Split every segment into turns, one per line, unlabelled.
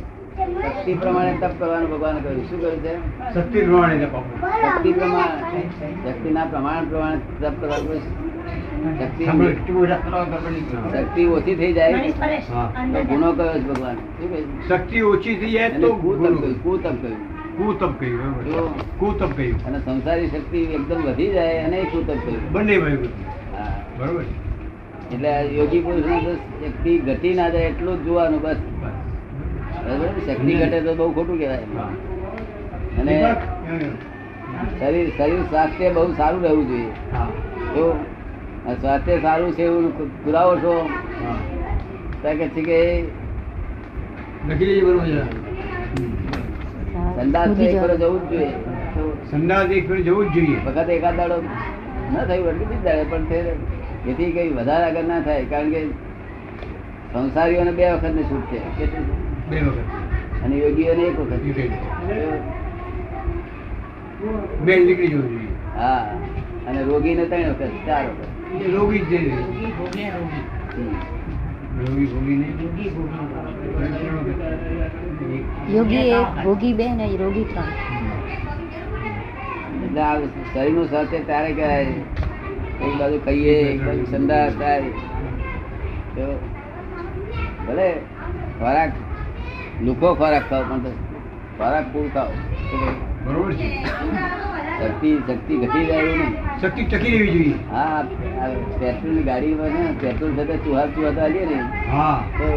શક્તિ પ્રમાણે તપ કરવાનું ભગવાન કહ્યું શું કહ્યું છે
શક્તિ પ્રમાણે તપાવો.
શક્તિ પ્રમાણે શક્તિના પ્રમાણ પ્રમાણે તપ કરવાનું કહ્યું શક્તિ
સાંભળો, એટલી બધી રાત કરવા ખબર નહીં પડે.
શક્તિ ઓછી થઈ જાય તો
અંદર
ગુનો કયો છે ભગવાન શું કહે છે?
શક્તિ ઓછી થઈ જાય
એને
તો
કુતપ
ગુરુ.
કહ્યું કુતપ કહ્યું
કુતપ કહ્યું
જો.
બરાબર. કુતપ કહ્યું
અને સંસારી શક્તિ એકદમ વધી જાય એને કુતપ કહ્યું
બંને ભાઈ
હા
બરોબર
એટલે આ યોગી પુરુષને તો શક્તિ ઘટી ના જાય એટલું જ જોવાનું બસ બરાબર? શક્તિ ઘટે તો બહુ ખોટું કહેવાય અને શરીર શરીર સ્વાસ્થ્ય બહુ સારું રહેવું જોઈએ જો આ સ્વાસ્થ્ય સારું છે એવું પુ- પુરાવો છો તો કે છે કે
લખી લેજે બરોબર જરા.
સંદાસ તો એક વાર જવું જ જોઈએ તો
સંદાસ એક ફેર જવું જ જોઈએ
વખત એકાદ દાડો ન થયું એટલે બીજ દાડે પણ તે જેથી કઈ વધારે આગળ ના થાય કારણ કે સંસારીઓને બે વખત ને છૂટ છે કેટલું?
બે વખત
અને યોગીઓને એક વખત
નીકળી જવું.
હા
બે નીકળી જવું જોઈએ
અને રોગીને ત્રણ વખત ચાર વખત
એ રોગી જ જઈ રહ્યો.
હમ.
રોગી ભોગી નહીં ત્રણ વખત.
યોગી એક ભોગી બે ને રોગી ત્રણ
એટલે આ શરીરનું સ્વાસ્થ્ય ત્યારે કહેવાય એક બાજુ ખાઈએ એક બાજુ સંદાસ થાય તો ભલે ખોરાક લુખો ખોરાક ખાઓ પણ તો ખોરાક પૂર ખાઓ
બરોબર છે
શક્તિ શક્તિ ઘટી જાય એવું નહીં
શક્તિ ટકી રહેવી જોઈએ
હા આ પેટ્રોલની ગાડીમાં છે ને પેટ્રોલ સાથે ચુહાર ચુહાર આવીએ ને
હા
તો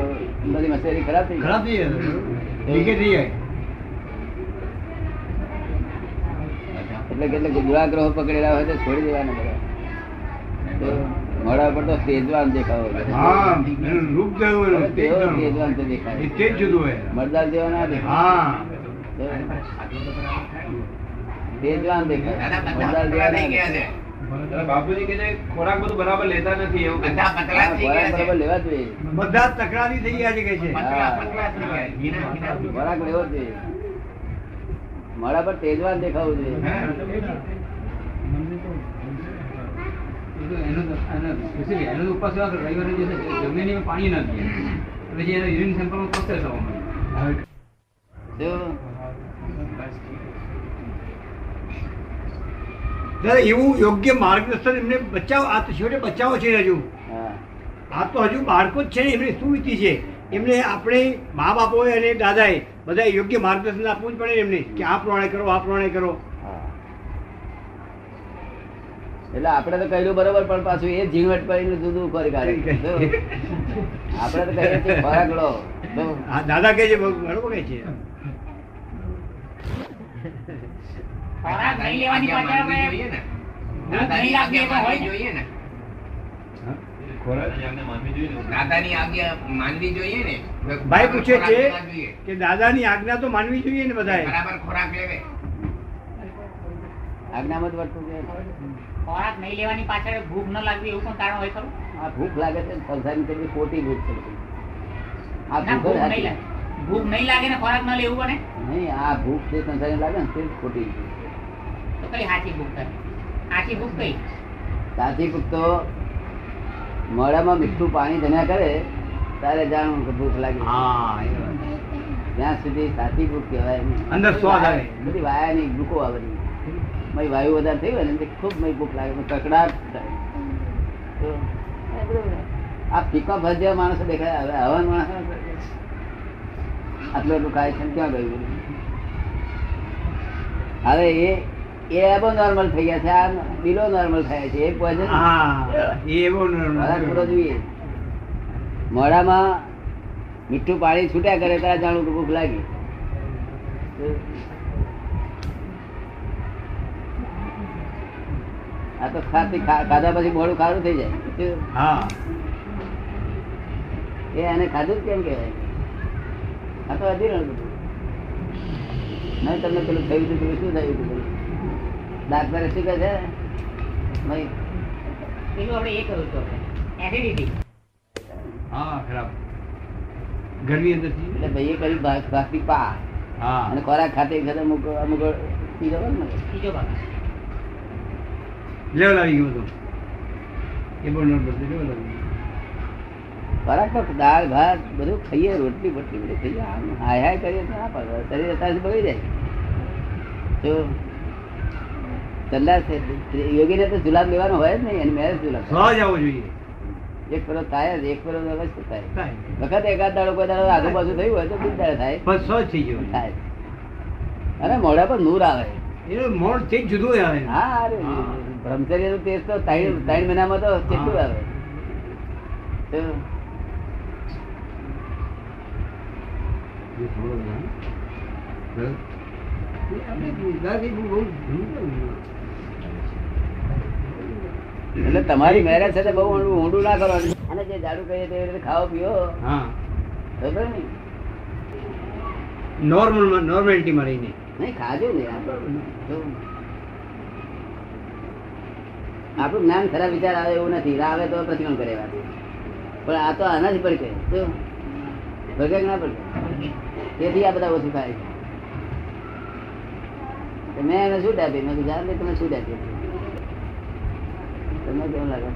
બધી મશીનરી ખરાબ થઈ જાય
ખરાબ થઈ જાય લીકેજ થઈ જાય
એટલે કેટલે દુરાગ્રહો પકડેલા હોય તો છોડી દેવાના બધા તો મોડા પર તો સેજવાન દેખાવો
હા એનું રૂપ જવું એનું, તેજ
તેવો
જવાનું.
સેજવાન તો
એ
દેખાય
તેજ જુદું હોય
મરદાર જેવા ના દેખાય
હા
તો સેજવાન દેખાય મરદાર જેવા ના દેખાય.
બાપુજી કે છે, ખોરાક બધું બરાબર લેતા નથી એવું બધા
હા, ખોરાક બરાબર લેવા જોઈએ
બધા જ તકરારી થઈ ગયા છે કે છે
હા, ખોરાક લેવો જોઈએ મોડા પર તેજવાન દેખાવું જોઈએ
હવે
શું?
દાદા એવું યોગ્ય માર્ગદર્શન એમને બચાવ આ તો છેવટે બચાવો છે હજુ
હા
આ તો હજુ બાળકો જ છે ને એમને શું વીતી છે એમને આપણે મા બાપોએ અને દાદાએ બધા યોગ્ય માર્ગદર્શન આપવું જ પડે ને એમને કે આ પ્રમાણે કરો આ પ્રમાણે કરો
હા. એટલે આપણે તો કહેલું બરોબર પણ પાછું એ ઝીણવટ પડીને જુદું ખોરી કાઢે આપણે તો કહીએ છીએ ખોરાક લો તો
હા દાદા કહે છે બરોબર કહે છે
ખોરાક નહીં લેવાની પાછળ આપણે
દાદાની
નહીં રાખીએ
આજ્ઞા
તો હોય
માનવી
ને.
જોઈએ ને
ખોરાક
દાદાની આજ્ઞા માનવી જોઈએ ને
ભાઈ પૂછે
ખોરાક
છે
લેવા જોઈએ.
કે દાદાની આજ્ઞા તો માનવી જોઈએ ને બધાએ
બરાબર ખોરાક લેવે
આજ્ઞામાં જ વર્તવું જોઈએ.
ખોરાક નહીં લેવાની પાછળ ભૂખ ન લાગવી એવું પણ કારણ હોય ખરું
આ ભૂખ લાગે છે ને સંસારની કેટલી ખોટી ભૂખ છે આ
ના,
ભૂખ
ભૂખ
જ
નહીં
સાચી.
લાગે ભૂખ નહીં લાગે ને ખોરાક ન લેવું બને
નહીં આ ભૂખ જે સંસારી લાગે ને તે જ ખોટી છે.
તો કઈ સાચી ભૂખ થાય સાચી ભૂખ કઈ
સાચી ભૂખ તો મોડામાં મીઠું પાણી ધન્યા કરે ત્યારે જાણવું કે ભૂખ લાગી
હા એ વાત.
જ્યાં સુધી સાચી ભૂખ કહેવાય નહીં.
અંદર સ્વાદ આવે.
બધી વાયા નહીં ભૂકો આવે નહીં. મય વાયુ વધારે થઈ હોય ને એટલે ખૂબ મય ભૂખ લાગે પણ કકડાટ થાય. તો એ બધું આ ફીકા ભાત જેવા માણસો દેખાય હવે હવાન માણસ આટલું એટલું ખાય છે ને ક્યાં ગયું બધું? હવે એ એ એબો નોર્મલ થઈ ગયા છે આ બિલો નોર્મલ થાય છે એ પોઈઝન
હા એ એવો ન-
ખોરાક પૂરો જોઈએ મોઢામાં મીઠું પાણી છૂટ્યા કરે ત્યારે જાણું કે ભૂખ લાગી આ તો ખાતી ખા- ખાધા પછી મોડું ખારું થઈ જાય શું?
હા
એ એને ખાધું જ કેમ કહેવાય આ તો અધીરણ બધું નહીં તમને પેલું થયું હતું પેલું શું થયું હતું ડાક્ટરે શું કહે છે નહીં
પેલું આપણે એ કહ્યું હતું આપણે એસિડિટી
હા ખરાબ ઘરની અંદરથી
એટલે ભાઈએ કર્યું ભા- ભાગતી પા
હા
અને ખોરાક ખાતે ખાતે અમુક અમુક પી જવાનું ને
બીજો ભાગ
લેવલ આવી ગયો હતો એ પણ નંબર છે લેવલ આવી ગયો
ખોરાકમાં દાળ ભાત બધું ખાઈએ રોટલી બોટલી બધું ખાઈએ આમ હાય હાય કરીએ તો ના પાડે. શરીર અત્યારથી બગડી જાય તો સંન્યાસ એટલે યોગીને તો જુલાબ લેવાનો હોય જ નહીં અને મેરેજ જુલાબ
સહજ આવવો જોઈએ
એક પરો થાય જ એક પરો અવશ્ય થાય
થાય.
વખત એકાદ દાડો કોઈ દાડો આગુ પાછું થયું હોય તો બીજ દાડે થાય
પણ સહજ થઈ ગયો
થાય અને મોઢા પર નૂર આવે
એનું મોણ તે જુદું આવે
હા અરે
હા.
બ્રહ્મચર્ય નો ટેસ્ટ તો ત્રણ ત્રણ મહિનામાં તો કેટલું આવે તો
એ થોડો જાણ. બરાબર? એ આપણે ગુજરાતી બહુ- બહુ જૂનું છે.
એટલે તમારી મેરેજ છે તે બહુ ઊંડું ઊંડું ના કરવાનું અને જે જાડું કહીએ તે રીતે ખાઓ પીઓ
હા
ખબર ને
નોર્મલમાં નોર્મેલિટીમાં રહીને
નહીં ખાધું ને આપણું તો આપણું જ્ઞાન ખરા વિચાર આવે એવું નથી આવે તો પ્રતિક્રમણ કરે વાત પણ આ તો આનાથી ભડકે તો ભડકે કે ના ભડકે તેથી આ બધા ઓછું થાય છે. તો મેં એને શું ડાપી મેં કીધું, "જાણને તમે શું ડાપ્યું?" તમને કેવું લાગે